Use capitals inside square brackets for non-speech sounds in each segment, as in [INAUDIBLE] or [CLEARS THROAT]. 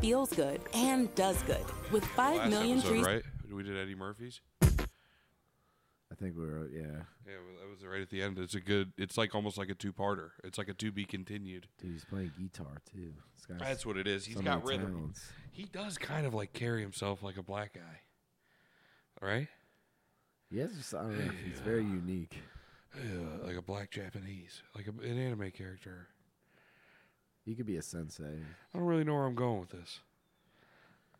feels good and does good with 5 Last million episode, trees. right? We did Eddie Murphy's. I think we were yeah. Yeah, well, that was right at the end. It's a good. It's like almost like a two-parter. It's like a to be continued. Dude, he's playing guitar too. This guy's That's what it is. He's so got many rhythm. talents. He does kind of like carry himself like a black guy. All right? He has just, I don't know. He's very unique. Yeah, like a black Japanese, like a, an anime character. He could be a sensei. I don't really know where I'm going with this.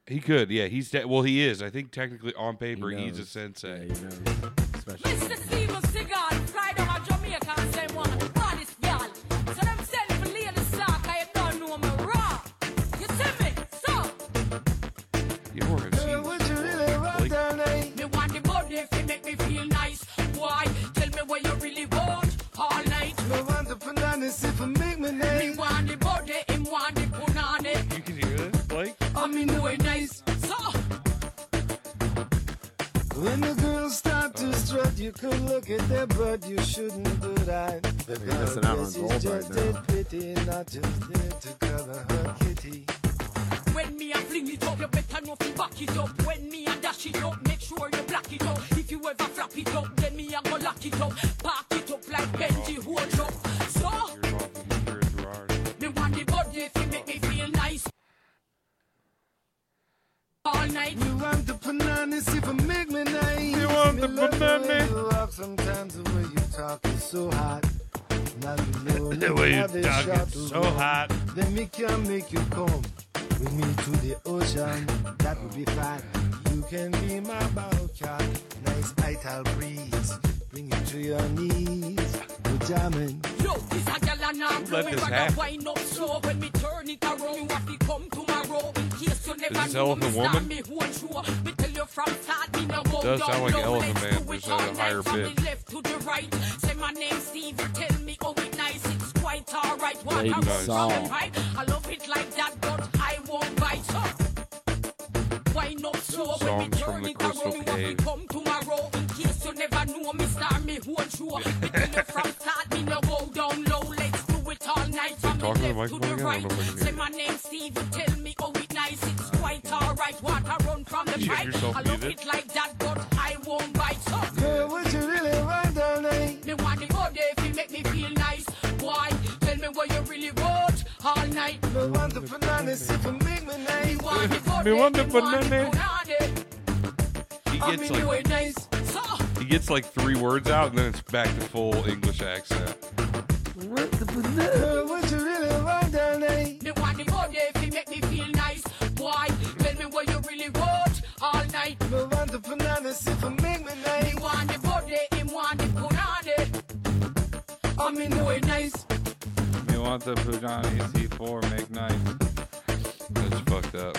He could, yeah. He's de- well, he is. I think technically on He paper he's a knows. Yeah, sensei. he knows. Especially Mr. Steven Seagal fly down to Jamaica and say, wanna burn this y'all. So them send for Lady Stark, I don't know me raw. You see me? So, You know where I've seen this before. Like, me want the body if it make me feel nice. Why? Tell me what you really want all night. Me want the body, him want the punani. you can hear this, Blake. I mean, no way nice. So, When the girls start to strut, you could look at them, but you shouldn't do that. The You're missing out on is gold just right now. a pity, not just there to cover her kitty. When me a fling it up, you better know fi back it up. When me a dash it up, make sure you block it up. If you ever flap it up, then me a go lock it up. Park it up like Benji hold Here's up. So off of you, here's Gerard. me want the body if you make me feel nice. All night, You want the bananas if I make me nice. You want the Me love way banana. you walk sometimes the way you talk is so hot. Now you know [LAUGHS] The way you how they talk shot is the so room. hot. Let me come, make you come with me to the ocean. That would be fun. You can be my bow cat. Nice vital breeze. Bring you to your knees. We're jamming. yo, this a gal and I'm Let blowing this back happen. a wine up slow. When me turn it around, you have to come tomorrow. In case you never this know, Elephant me Woman? stand me whole show. Me tell you from start, me no go Does down sound like low. Elephant Let's Man, do it just at a all higher night, from pitch. the left to the right. Say my name, Steve. Tell me how it nice. It's quite alright. What Lady I want Saw. from the pipe. I love it like that, but I won't bite. So, why not slow when we Songs from turn the it around? Crystal You want me Cave. come tomorrow. In case you never know, me star me whole show. Me tell you from start, me no go down low. Let's do it all night. From the talking to the left to microphone the again? I don't right. know if I can Say hear you. my name, Steve. Tell me how it nice. It's quite alright. What I run from the You have pipe. yourself I love muted? it like that, but I won't bite. So, Girl, what you really want, darling? me want the body if you make me feel nice. Why? Tell me what you really want all night. Me want the bananas if I make me Me nice. want the body. Me want the me want banana. banana. He I mean, gets do like it nice. So, he gets like three words out, and then it's back to full English accent. Girl, what you really want, darling? me want the body if you make me feel nice. Why? Tell me what you really want all night. Me want the bananas if I make me nice. Me want the body, him want the banana. I mean, do Oh, it nice. You want the Pugani C4 E make nice. That's fucked up.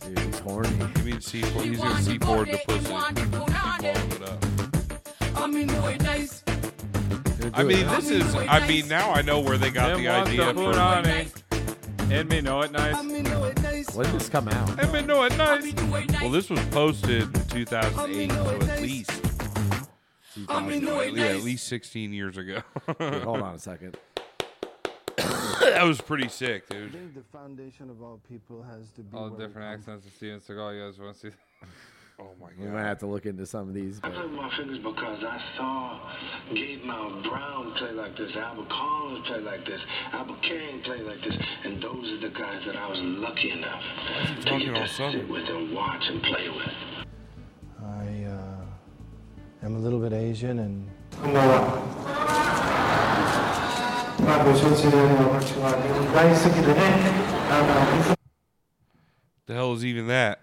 Dude, he's horny. You mean C4? You He's gonna want C4 it, the want it, pussy. you want Keep it, want it. blowing it up. I mean, do it nice. Dude, I do mean, it. this is. I mean, now I know where they got Them the want idea the for. Pugani. And me know it I Oh, nice. mean, do it nice. when did this [LAUGHS] come out? I mean, no, at I night. mean, do it nice. Well, this was posted in 2008, so at least, I mean, do Oh, it yeah, nice. at least 16 years ago. [LAUGHS] Dude, hold on a second. that was pretty sick, I dude. think the foundation of all people has to be All where we different accents of Steven Seagal. You guys want to see? Oh my We god. might have to look into some of these. I But hurt my fingers because I saw Gabe Mount Brown play like this, Albert Collins play like this, Albert King play like this, and those are the guys that I was lucky enough to talking get all to southern? sit with and watch and play with. I uh, am a little bit Asian and. The hell is even that?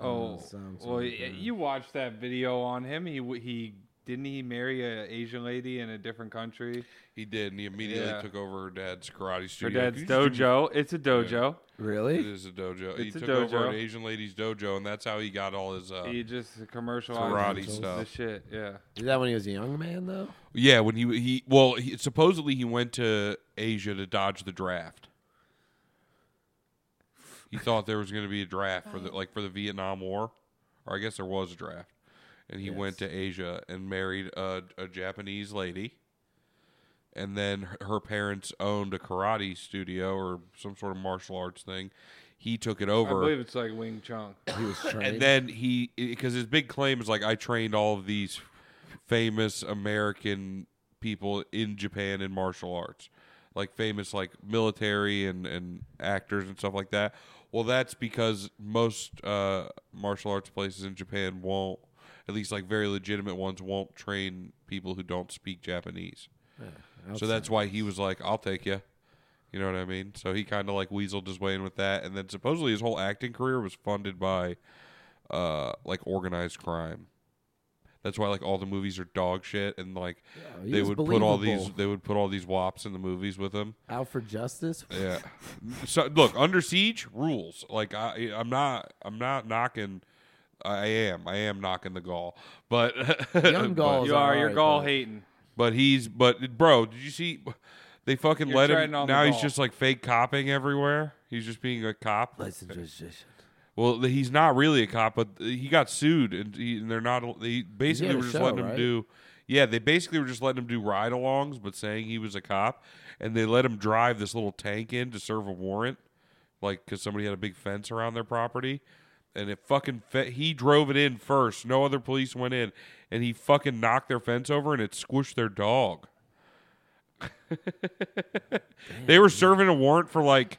Oh, sounds well, like y- you watched that video on him. He w- he didn't he marry a Asian lady in a different country. He did, and he immediately Yeah. took over her dad's karate Her studio. dad's Could you just dojo. It's a dojo. do- It really, is a dojo. he It's a took over dojo. an Asian lady's dojo, and that's how he got all his. Uh, He just commercialized Karate the stuff. shit. Yeah. did that when he was a young man though? yeah, when he he well, he, supposedly he went to Asia to dodge the draft. He thought there was going to be a draft for the Oh. like for the Vietnam War, or I guess there was a draft, and he went to Asia and married a, a Japanese lady. and then her- her parents owned a karate studio or some sort of martial arts thing. He took it I over. believe it's like Wing Chun. He was trained. [LAUGHS] and then he because his big claim is like I trained all of these famous American people in Japan in martial arts, like famous like military and and actors and stuff like that. Well, that's because most uh, martial arts places in Japan won't, at least like very legitimate ones, won't train people who don't speak Japanese. So that's why he was like, "I'll take you." You know what I mean? So he kind of like weaseled his way in with that, and then supposedly his whole acting career was funded by, uh, like organized crime. That's why like all the movies are dog shit, and like he they was would put all these believable. they would put all these wops in the movies with him. out for justice. Yeah. [LAUGHS] so look, under siege rules. Like I, I'm not, I'm not knocking. I am, I am knocking the gall, but [LAUGHS] Young Gaul but- is You are, alright, you're gall but- hating. but he's but bro, did you see? They fucking You're let him. treading on the Now he's ball. just like fake copping everywhere. He's just being a cop. Licensure. Well, th- he's not really a cop, but th- he got sued, and, he, and they're not. They basically had a were just show, letting him right? do. Yeah, they basically were just letting him do ride-alongs, but saying he was a cop, and they let him drive this little tank in to serve a warrant, like because somebody had a big fence around their property, and it fucking fe- he drove it in first. No other police went in, and he fucking knocked their fence over, and it squished their dog. they were serving a warrant for like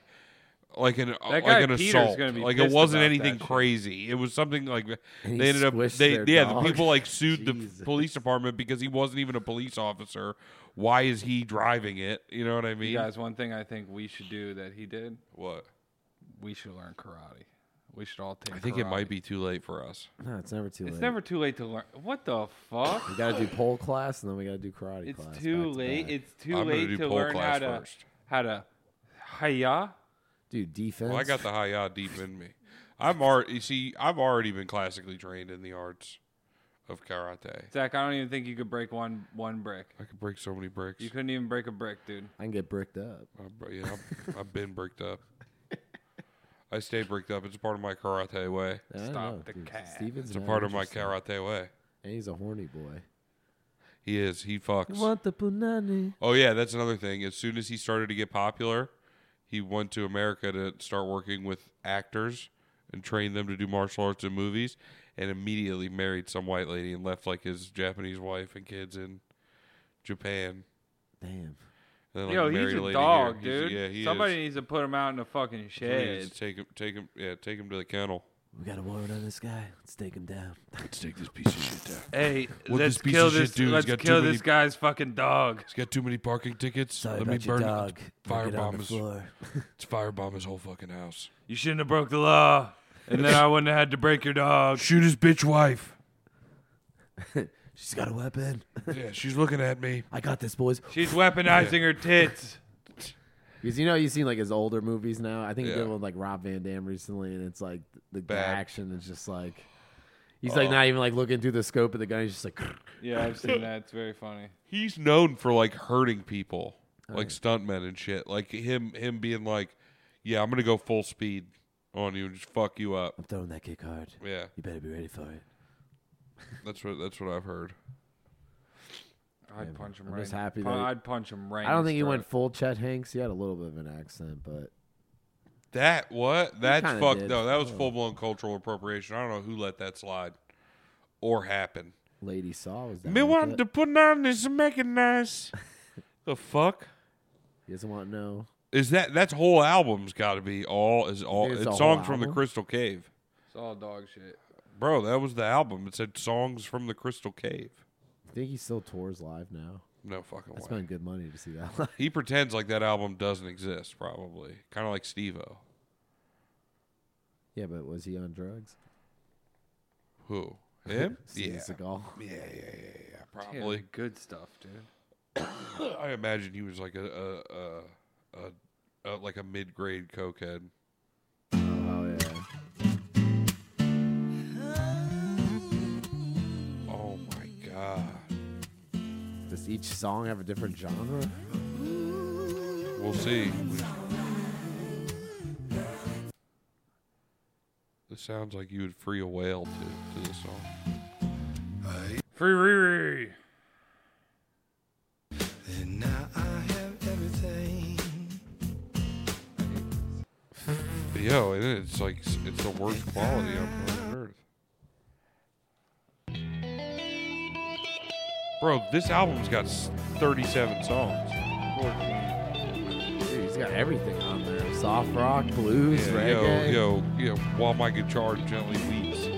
like an like guy an Peter's assault. gonna be Like it pissed wasn't about anything that shit. crazy. It was something like And they he ended up squished they their yeah dog. the people like sued the Jesus. police department because he wasn't even a police officer. Why is he driving it? You know what I mean? You guys, one thing I think we should do that he did, What? we should learn karate. We should all take I think it might be too late for us. No, it's never too late. It's never too late to learn. What the fuck? We gotta do pole class and then we gotta do karate It's class. too back to late. back. It's too I'm gonna do late to pole learn class how to first. how to hiya. dude defense. Well, I got the high yaw deep in me. I'm already you see. I've already been classically trained in the arts of karate. Zach, I don't even think you could break one one brick. I could break so many bricks. You couldn't even break a brick, dude. I can get bricked up. I, br- yeah, I've, I've been bricked up. I stay bricked up. It's part of my karate way. I don't Stop know, the dude. cat. Steven's It's a not part of my interested. karate way. And he's a horny boy. He is. He fucks. the punani? Oh yeah, that's another thing. As soon as he started to get popular, he went to America to start working with actors and train them to do martial arts and movies, and immediately married some white lady and left like his Japanese wife and kids in Japan. Damn. And then, Yo, he's married a lady dog, here. He's- dude. yeah, he Somebody is. needs to put him out in the fucking Somebody needs shed. to take him, take him, yeah, take him to the kennel. We got a warrant on this guy. Let's take him down. Let's take this piece of shit down. [LAUGHS] [LAUGHS] Hey, What let's this piece kill of shit this. do? He's Let's got too kill many- this guy's fucking dog. He's got too many parking tickets. Sorry Let about me your burn dog. it. Now get on Firebomb the his, floor. let's firebomb his whole fucking house. You shouldn't have broke the law, and then I wouldn't have had to break your [LAUGHS] dog. Shoot his bitch [LAUGHS] wife. She's got a weapon. Yeah, she's looking at me. I got this, boys. She's weaponizing her tits. Because you know you've seen like his older movies now. I think he Yeah. did one with like Rob Van Dam recently, and it's like the, the Bad. Oh. action is just like he's like not even like looking through the scope of the gun. He's just like [CLEARS THROAT] Yeah, [LAUGHS] I've seen that. It's very funny. He's known for like hurting people, like stuntmen and shit. Like him, him being like, "Yeah, I'm gonna go full speed on you and just fuck you up." I'm throwing that kick hard. Yeah, You better be ready for it. that's what that's what I've heard. I'd punch him I'm right. just happy Pun- that he- I'd punch him right. I don't in think his he went throat. full Chet Hanks. He had a little bit of an accent, but That what? That's kinda fucked. did. Oh. No, that was full blown cultural appropriation. I don't know who let that slide or happen. Lady Saw was that. Me want to put on this making [LAUGHS] nice. the fuck He doesn't want to know. is that? That's whole album's got to be all is all. think it's It's, the whole songs from the album? Crystal Cave, It's all dog shit. bro. That was the album. It said songs from the Crystal Cave. I think he still tours live now. No fucking I way. spent good money to see that. [LAUGHS] live. He pretends like that album doesn't exist, probably. Kind of like Steve O. yeah, but was he on drugs? [LAUGHS] Who? Him? Steven yeah. Seagal. yeah. Yeah, Probably. the good stuff, dude. I imagine he was like a, a, a, a, a like a mid grade cokehead. Oh yeah. Oh my god. Does each song have a different genre? We'll see. This sounds like you would free a whale to, to this song. Free Riri. And now I have everything. But yo, and it's like it's the worst quality on planet Earth. Bro, this album's got s- 37 songs. Dude, he's got everything on there: soft rock, blues, Yeah, reggae. Yo, yo, yo, while my guitar gently weeps.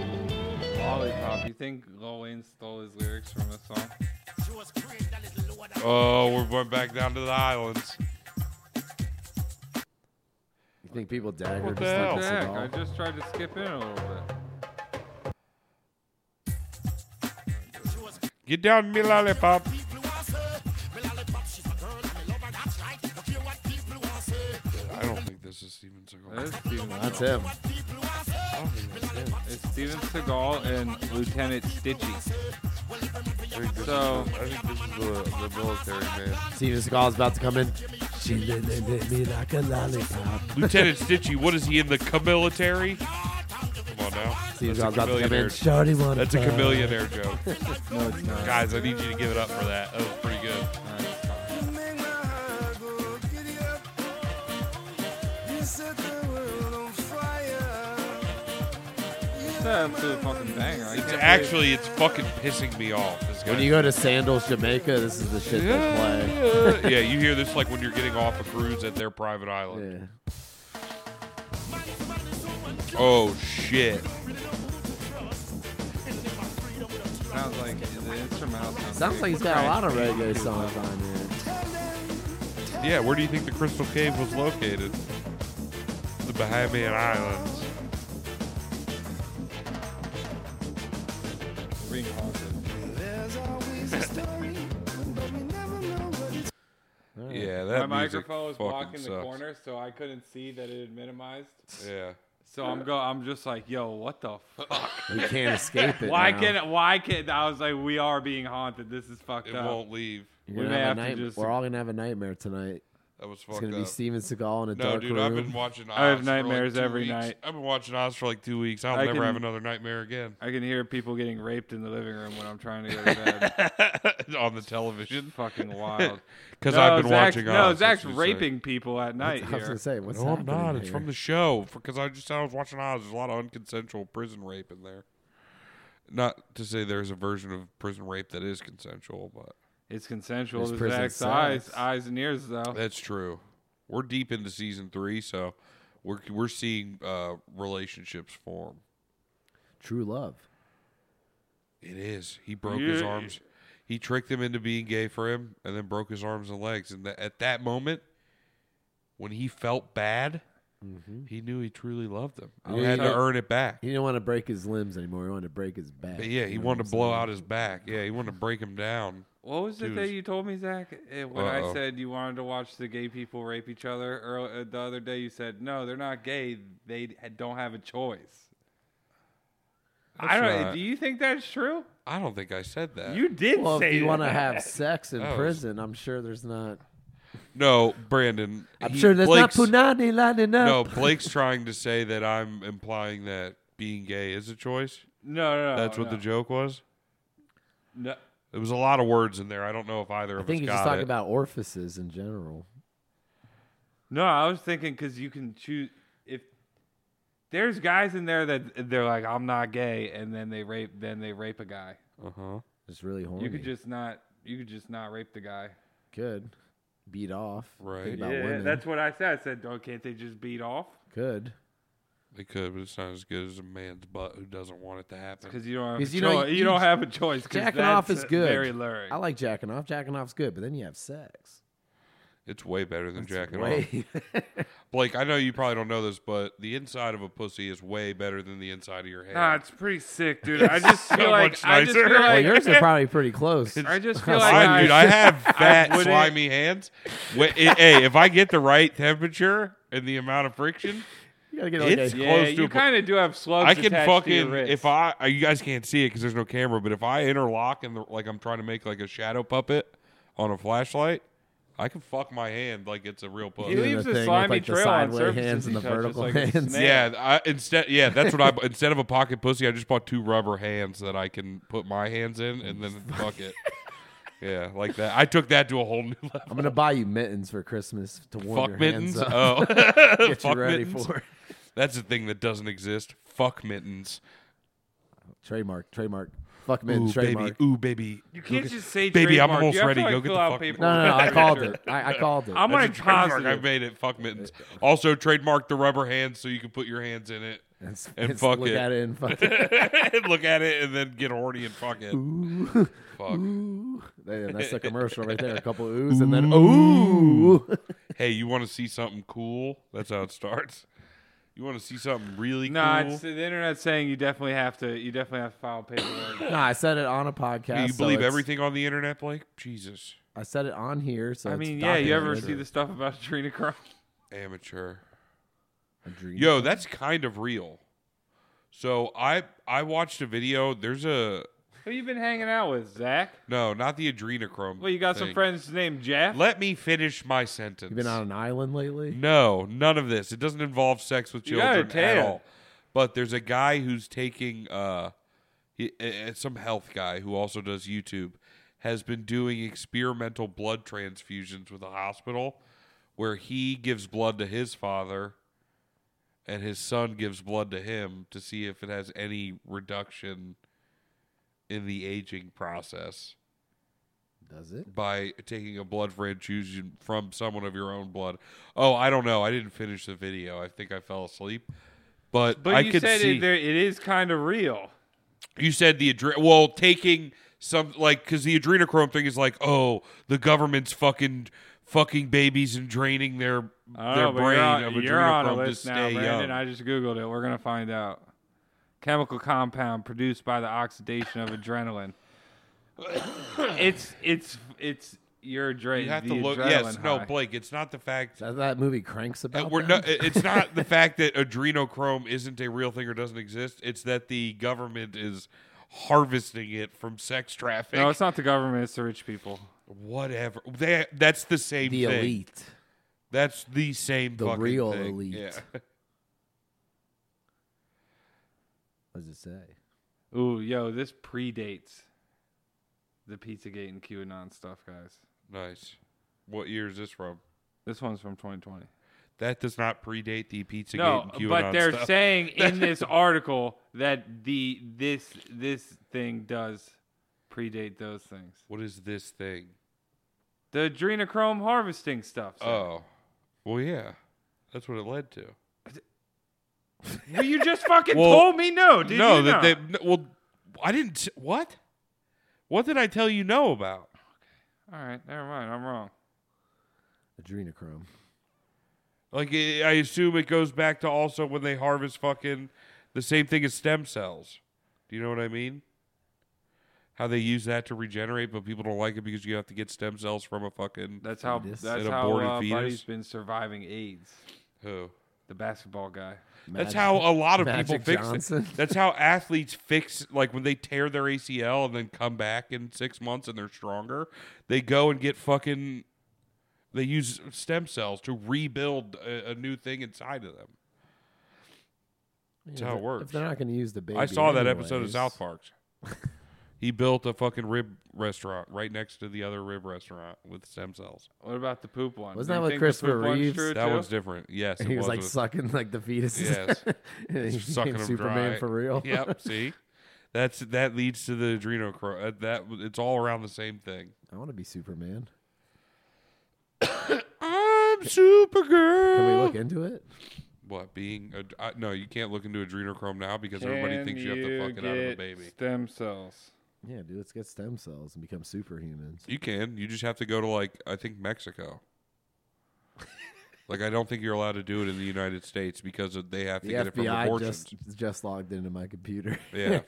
Lollipop. You think Lil Wayne stole his lyrics from this song? Oh, we're going back down to the islands. You think people dagger What the just like hell? this That's Heck, at I all? just tried to skip in a little bit. Get down, me lollipop. I don't think this is Steven Seagal. That's Steven That's him. Seagal. It's Steven Seagal and Lieutenant Stitchy. So I think this is the, the military man. Steven Seagal's about to come in. She lit, lit- lit me like a lollipop. Lieutenant Stitchy, what is he in the military? Come on now. Steven Seagal's That's about to come in. chameleon-air- Shorty wanna That's a fuck." chameleon air joke. no, it's not. Guys, I need you to give it up for that. That was pretty good. It's an absolute fucking banger. I It's can't actually, it's fucking pissing me off. This guy. When you go to Sandals, Jamaica, this is the shit they yeah, yeah, you hear this like when you're getting off a cruise at their private play. island. Yeah. Oh shit! believe- sounds like the instrumental. Sounds like he's got a lot of reggae songs on here. Yeah, where do you think the Crystal Cave was located? The Bahamian Islands. Being haunted. Yeah, that My music microphone was fucking blocking the sucks. corner, so I couldn't see that it had minimized. Yeah. So I'm go. I'm just like, yo, what the fuck? We can't escape it. Why now. can't? Why can't? I was like, we are being haunted. This is fucked It up. won't leave. You're We gonna may have a have to night- just- We're all gonna have a nightmare tonight. That was It's fucked gonna be up. Steven Seagal in a No, dark dude, room. I've [LAUGHS] been watching. Oz I have for, like, nightmares two every weeks. night. I've been watching Oz for like two weeks. I'll I never have can- another nightmare [LAUGHS] again I can hear people getting raped in the living room when I'm trying to go to [LAUGHS] bed. on the television fucking [LAUGHS] wild. because no, I've been Zach's, watching. No, Oz, that's Zach's what he's saying. raping people at night I was here. gonna say, what's No, I'm happening not. It's here? from the show because I just I was watching Oz. There's a lot of unconsensual prison rape in there. Not to say there's a version of prison rape that is consensual, but It's consensual It's to prison Zach's sex. eyes, eyes and ears though. that's true. We're deep into season three, so we're we're seeing uh, relationships form. True love. It is. He broke his Yeah. arms. He tricked him into being gay for him, and then broke his arms and legs. And tha- at that moment, when he felt bad, he knew he truly loved him. He Mm-hmm. Oh, Yeah, had he- to earn it back. He didn't want to break his limbs anymore. He wanted to break his back. But yeah, he You know wanted what to I'm blow saying? out his back. Yeah, he wanted to break him down. What was it Dude. that you told me, Zach? Eh, When I Uh-oh. said you wanted to watch the gay people rape each other, or uh, the other day you said no, they're not gay. They d- don't have a choice. I That's don't. not- Do you think that's true? I don't think I said that. You did Well, say if you that. want to have sex in That was- prison, I'm sure there's not. no, Brandon. I'm he- sure there's Blake's- not punani lining up. No, Blake's trying to say that I'm implying that being gay is a choice. No, no, no. That's what Oh, no. the joke was. No. There was a lot of words in there. I don't know if either I of think us he's got just it. talking about orifices in general. No, I was thinking because you can choose if there's guys in there that they're like, I'm not gay, and then they rape, then they rape a guy. It's really horny. You could just not, you could just not rape the guy. could beat off. Right. Think about women. that's what I said. I said, oh, can't they just beat off? could. They could, but it's not as good as a man's butt who doesn't want it to happen. Because you don't have a 'Cause choice. you You, know, you- don't have a choice. 'cause Jacking off that's is good. Very luring. I like jacking off. Jacking off's good, but then you have sex. It's way better than jacking off. Wait. [LAUGHS] Blake, I know you probably don't know this, but the inside of a pussy is way better than the inside of your hand. Nah, Ah, it's pretty sick, dude. I just feel like much I just nicer. feel Well, [LAUGHS] well, like yours [LAUGHS] are probably pretty close. I just feel like Mine, I, dude, I have fat, wouldn't- slimy hands. Wh- i- hey, if I get the right temperature and the amount of friction, You gotta get like It's- a- yeah, close to you a- kind of do have slugs. I can attached to your fucking. wrist. If I, uh, you guys can't see it because there's no camera, but if I interlock and the, like I'm trying to make like a shadow puppet on a flashlight, I can fuck my hand like it's a real he doing puppet. Yeah. leaves the a thing with, slimy like, the trail on sideway surfaces hands and he the touches, vertical like a hands. snake. Yeah, I, instead, yeah, that's what I. bu- [LAUGHS] instead of a pocket pussy, I just bought two rubber hands that I can put my hands in and [LAUGHS] then fuck it. Yeah, like that. I took that to a whole new level. I'm gonna buy you mittens for Christmas to warm fuck your mittens. hands up. Oh, [LAUGHS] [LAUGHS] Get you fuck ready mittens. for it. That's the thing that doesn't exist. Fuck mittens. Trademark, trademark. Fuck Ooh man, trademark. baby, ooh baby. You can't just say Baby, I'm trademark. almost You have ready. To, like, Go get fill the out fuck- paper. No, no, no. I called it. I, I called it. That's [LAUGHS] I'm gonna a trademark. I positive. made it. Fuck mittens. Also trademark the rubber hands so you can put your hands in it [LAUGHS] It's- and it's fuck look it. at it and fuck [LAUGHS] it. and look at it and then get horny and fuck it. Fuck. Damn, that's the commercial right there. A couple oohs and then ooh. [LAUGHS] Hey, you want to see something cool? That's how it starts. You want to see something really [LAUGHS] No, cool? it's the internet's saying you definitely have to. You definitely have to [LAUGHS] file paperwork. no, I said it on a podcast. Do you so believe it's- everything on the internet, Blake? Jesus, I said it on here. So I it's mean, yeah. You ever see documented. the stuff about Trina Cross? [LAUGHS] amateur. A dream. Yo, that's kind of real. So I I watched a video. There's a Who you been hanging out with, Zach? no, not the adrenochrome. Well, you got some thing. friends named Jeff. Let me finish my sentence. You been on an island lately? No, none of this. It doesn't involve sex with You got children a at tan. all. But there's a guy who's taking uh he, uh, some health guy who also does YouTube has been doing experimental blood transfusions with a hospital where he gives blood to his father and his son gives blood to him to see if it has any reduction in the aging process Does it? by taking a blood transfusion from someone of your own blood. Oh, I don't know. I didn't finish the video. I think I fell asleep. But, But I you could said see it, there, it is kind of real. you said the adre- well taking some like because the adrenochrome thing is like oh the government's fucking fucking babies and draining their their I don't know, Oh, but brain you're on, of you're on a adrenochrome to list stay now, Brandon. young. I just googled it. We're gonna find out. Chemical compound produced by the oxidation of adrenaline. [COUGHS] it's it's it's your adrenaline. you have the to look. Adrenaline Yes, no, high. Blake. It's not the fact. That, that movie cranks about. Uh, We're no, [LAUGHS] that? [LAUGHS] it's not the fact that adrenochrome isn't a real thing or doesn't exist. It's that the government is harvesting it from sex trafficking. No, it's not the government. It's the rich people. Whatever. They, that's the same the thing. elite. That's the same The fucking real thing. elite. Yeah. [LAUGHS] What does it say? Ooh, yo, this predates the Pizzagate and QAnon stuff, guys. Nice. What year is this from? This one's from 2020. That does not predate the Pizzagate No, and QAnon but they're stuff. [LAUGHS] saying in this article that the this this thing does predate those things. What is this thing? The adrenochrome harvesting stuff. so- Oh. Well, yeah. That's what it led to. Well, you just fucking Well, told me no, did no, you? that not? they. no, Well, I didn't. s- What? What did I tell you no about? All right, never mind. I'm wrong. Adrenochrome. Like, i I assume it goes back to also when they harvest fucking the same thing as stem cells. Do you know what I mean? How they use that to regenerate, but people don't like it because you have to get stem cells from a fucking That's how Fetus. that's An how aborted uh, fetus? Buddy's been surviving AIDS. who. The basketball guy. That's how a lot of Magic people fix Johnson. it. [LAUGHS] That's how athletes fix like when they tear their ACL and then come back in six months and they're stronger. They go and get fucking. They use stem cells to rebuild a, a new thing inside of them. That's how it If works. they're not going to use the baby, I saw that anyways. episode of South Park. [LAUGHS] he built a fucking rib restaurant right next to the other rib restaurant with stem cells. What about the poop one? Wasn't You that what think the Christopher poop one's Reeves- true, That too? one's different. Yes, it [LAUGHS] [LAUGHS] He was like with- sucking like the fetuses. [LAUGHS] Yes. and [LAUGHS] he sucking them became Superman dry. for real. Yep. See, that's that leads to the adrenochrome. Uh, that it's all around the same thing. [LAUGHS] I want to be Superman. I'm Supergirl. Can we look into it? What being? A, I, no, you can't look into adrenochrome now because everybody Can thinks you have to fuck it out of a get baby. [LAUGHS] Stem cells. Yeah, dude. Let's get stem cells and become superhumans. You can. You just have to go to like I think Mexico. like I don't think you're allowed to do it in the United States because of, they have to The get it from FBI abortions. just just logged into my computer. [LAUGHS] Yeah.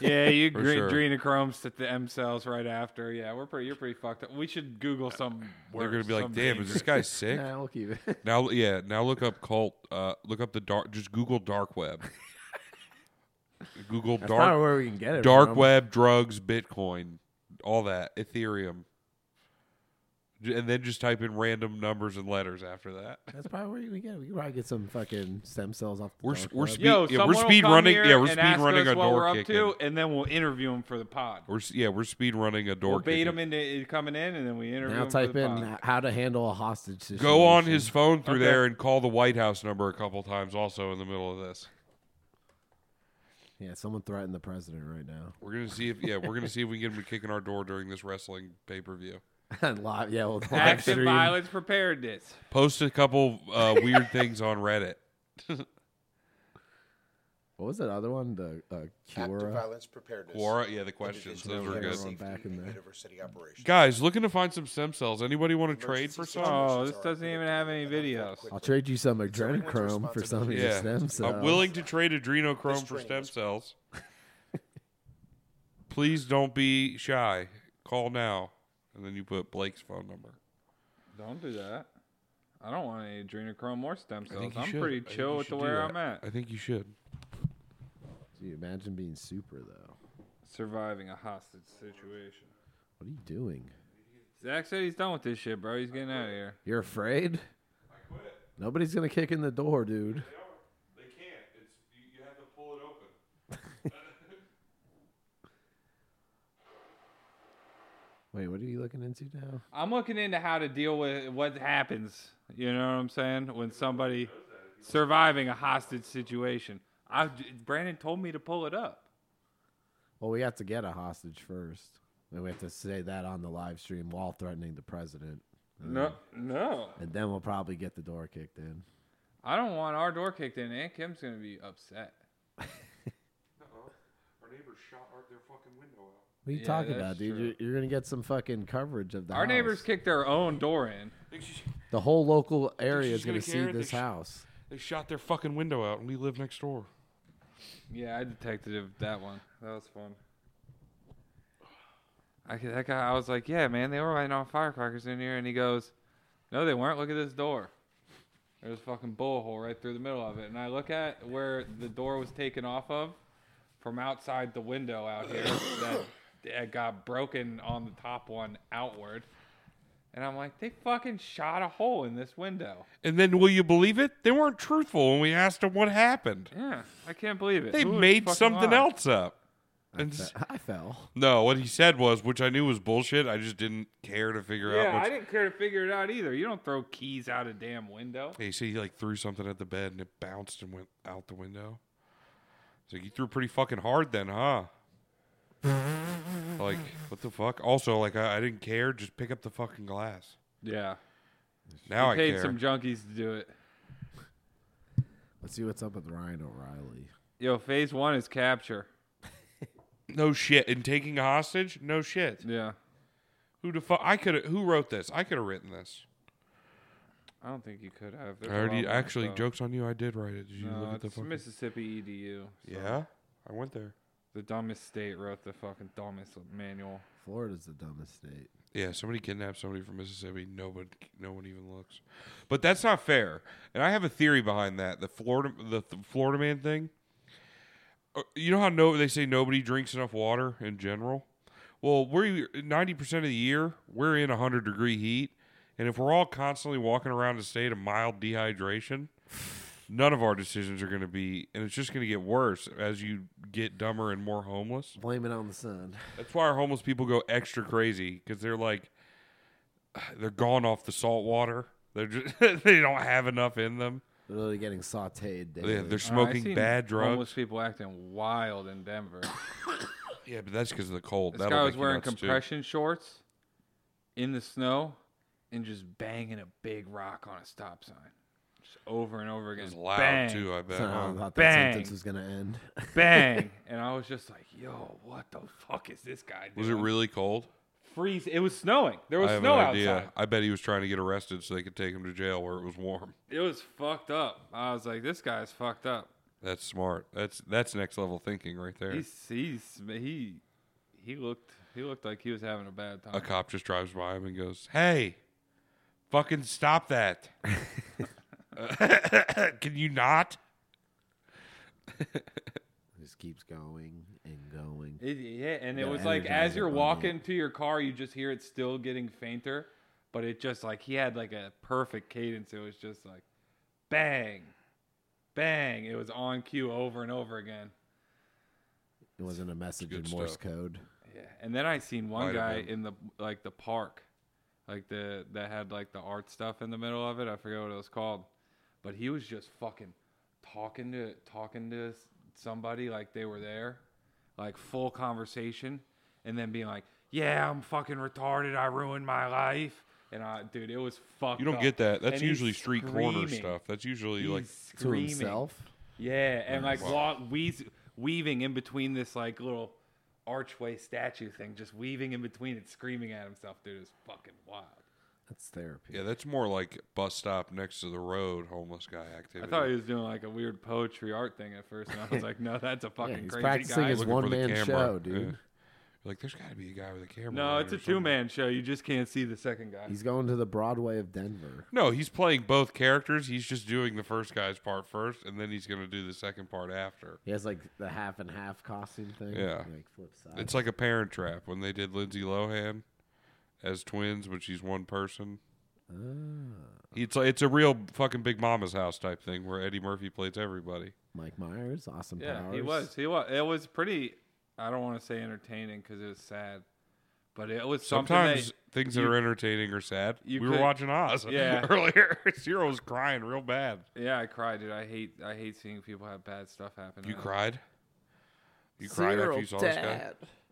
Yeah, you For green sure. adrenochromes to the M cells right after. Yeah, we're pretty. You're pretty fucked up. We should Google some. Uh, They're gonna worse, be like, some "Damn, dangerous- is this [LAUGHS] guy sick?" [LAUGHS] nah, we'll keep it. Now, yeah. Now look up cult. Uh, look up the dark. Just Google dark web. Google That's dark not where we can get it. dark from. web, drugs, Bitcoin, all that, Ethereum. J- and then just type in random numbers and letters after that. That's probably where you can get. We can probably get some fucking stem cells off. The We're s- dark we're web. speed, Yo, yeah, someone we're will speed come running. here Yeah, we're and ask speed running us a what door we're up kick. to, in. and then we'll interview him for the pod. We're s- yeah, we're speed running a door. We'll bait kick him into uh, coming in, and then we interview now him type for the pod. in how to handle a hostage. Situation. Go on his phone through Okay. there and call the White House number a couple times. Also in the middle of this, Yeah, someone threatened the president right now. [LAUGHS] we're gonna see if yeah, we're gonna see if we can get him to kick in our door during this wrestling pay per view. Live, yeah, well, live Acts of stream. violence preparedness. Post a couple uh, weird things on Reddit. What was that other one? The uh, Act of Cura. violence preparedness. Quora, uh, yeah, the questions those are good. Everyone back in there. University operations. Guys, looking to find some stem cells. Anybody want to trade for some? Oh, this doesn't even have any videos. I'll trade you some adrenochrome for responsibility. some of your Yeah, stem cells. I'm willing to trade adrenochrome for training stem is- cells. Please don't be shy. Call now, and then you put Blake's phone number. Don't do that. I don't want any adrenochrome or stem I cells. think you I'm should. I pretty think you chill with should the do where that. I'm at. I think you should. Gee, imagine being super though. Surviving a hostage situation. What are you doing? Zach said he's done with this shit, bro. He's getting out of here. You're afraid? Nobody's gonna kick in the door, dude. They can't. It's you, you have to pull it open. Wait, what are you looking into now? I'm looking into how to deal with what happens. You know what I'm saying? When somebody surviving a hostage situation. I Brandon told me to pull it up. Well, we have to get a hostage first, and we have to say that on the live stream while threatening the president, No, no. and then we'll probably get the door kicked in. I don't want our door kicked in. Aunt Kim's gonna be upset. Our neighbors shot their fucking window out. What are you Yeah, talking that's about, dude? true. You're, you're gonna get some fucking coverage of the Our house. neighbors kicked their own door in. They, just, The whole local area she's is gonna gonna care see that this she- house. they shot their fucking window out, and we live next door. Yeah, I detected that one. That was fun. I could- that guy, I was like, yeah, man, they were lighting off firecrackers in here, and he goes, no, they weren't. Look at this door. There's a fucking bullet right through the middle of it, and I look at where the door was taken off of from outside the window out here [COUGHS] that, that got broken on the top one outward, and I'm like, they fucking shot a hole in this window. And then, will you believe it? They weren't truthful when we asked them what happened. Yeah, I can't believe it. They Who would made fucking something lie? else up. And s- I fell. no, what he said was, which I knew was bullshit. I just didn't care to figure out. Yeah, What's, I didn't care to figure it out either. You don't throw keys out a damn window. Hey, you see, he like threw something at the bed and it bounced and went out the window. So you threw pretty fucking hard then, huh? like, what the fuck? Also, like, I, I didn't care. Just pick up the fucking glass. Yeah, Now I paid care. some junkies to do it. Let's see what's up with Ryan O'Reilly. Yo, phase one is capture. no shit. And taking a hostage? No shit. Yeah, Who the fuck? I could. Who wrote this? I could have written this. I don't think you could have. I already. Actually, jokes on you. I did write it. Did you look No, at the it's fucking? Mississippi EDU. so yeah, I went there. the dumbest state wrote the fucking dumbest manual. Florida's the dumbest state. Yeah, somebody kidnapped somebody from Mississippi. Nobody, no one even looks. But that's not fair. And I have a theory behind that. The Florida, the, the Florida man thing. Uh, You know how no, they say nobody drinks enough water in general. Well, we're ninety percent of the year we're in hundred degree heat, and if we're all constantly walking around a state of mild dehydration, none of our decisions are going to be, and it's just going to get worse as you get dumber and more homeless. Blame it on the sun. That's why our homeless people go extra crazy because they're like, [SIGHS] they're gone off the salt water. They're just, [LAUGHS] they don't have enough in them. They're literally getting sauteed. They, Daily. they're Uh, I smoking seen bad drugs. Homeless people acting wild in Denver. Yeah, but that's because of the cold. This That'll guy was make you wearing nuts, too. compression shorts in the snow and just banging a big rock on a stop sign. Just over and over It again. was loud Bang, too. I bet. So huh? I thought that Bang. sentence was gonna end. [LAUGHS] Bang. [LAUGHS] and I was just like, yo, what the fuck is this guy doing? Was it really cold? freeze? It was snowing. There was I have snow no idea. outside. I bet he was trying to get arrested so they could take him to jail where it was warm. It was fucked up. I was like, this guy's fucked up. That's smart. That's that's next level thinking right there. He's, he's he he looked he looked like he was having a bad time. a cop just drives by him and goes, "Hey, fucking stop [LAUGHS] that! [LAUGHS] Can you not?" just keeps going and going. It, yeah, and it The was like energizer as you're bunny. walking to your car, you just hear it still getting fainter. But it just like he had like a perfect cadence. It was just like bang, bang. It was on cue over and over again. It wasn't a message in good Morse stuff. code. Yeah. And then I seen one Might have guy been. in the like the park, like the that had like the art stuff in the middle of it. I forget what it was called, but he was just fucking talking to talking to s- somebody like they were there, like full conversation, and then being like, "Yeah, I'm fucking retarded. I ruined my life." And I, dude, it was fucked. You don't up. get that. That's And he's usually street corner screaming. stuff. That's usually He's like To screaming. himself. Yeah, and like wa- weas- weaving in between this like little archway statue thing, just weaving in between it, screaming at himself, dude, is fucking wild. That's therapy. yeah, that's more like bus stop next to the road homeless guy activity. I thought he was doing like a weird poetry art thing at first, and [LAUGHS] I was like, no, that's a fucking Yeah, he's crazy practicing guy. his [LAUGHS] looking for the one-man camera. show, dude. Like, there's got to be a guy with a camera. no, on it's it a or something. two man show. You just can't see the second guy. He's going to the Broadway of Denver. No, he's playing both characters. He's just doing the first guy's part first, and then he's going to do the second part after. He has like the half and half costume thing. Yeah. Like flip side. It's like a parent trap when they did Lindsay Lohan as twins, but she's one person. It's like, it's a real fucking Big Mama's house type thing where Eddie Murphy plays everybody. Mike Myers, awesome yeah, powers. he was. He was. It was pretty. I don't want to say entertaining because it was sad, but it was something that- Sometimes things that are entertaining are sad. you we were could- watching Oz [LAUGHS] Yeah. earlier. Zero was crying real bad. Yeah, I cried, dude. I hate. I hate seeing people have bad stuff happen. You I- cried. You cried after you saw this guy.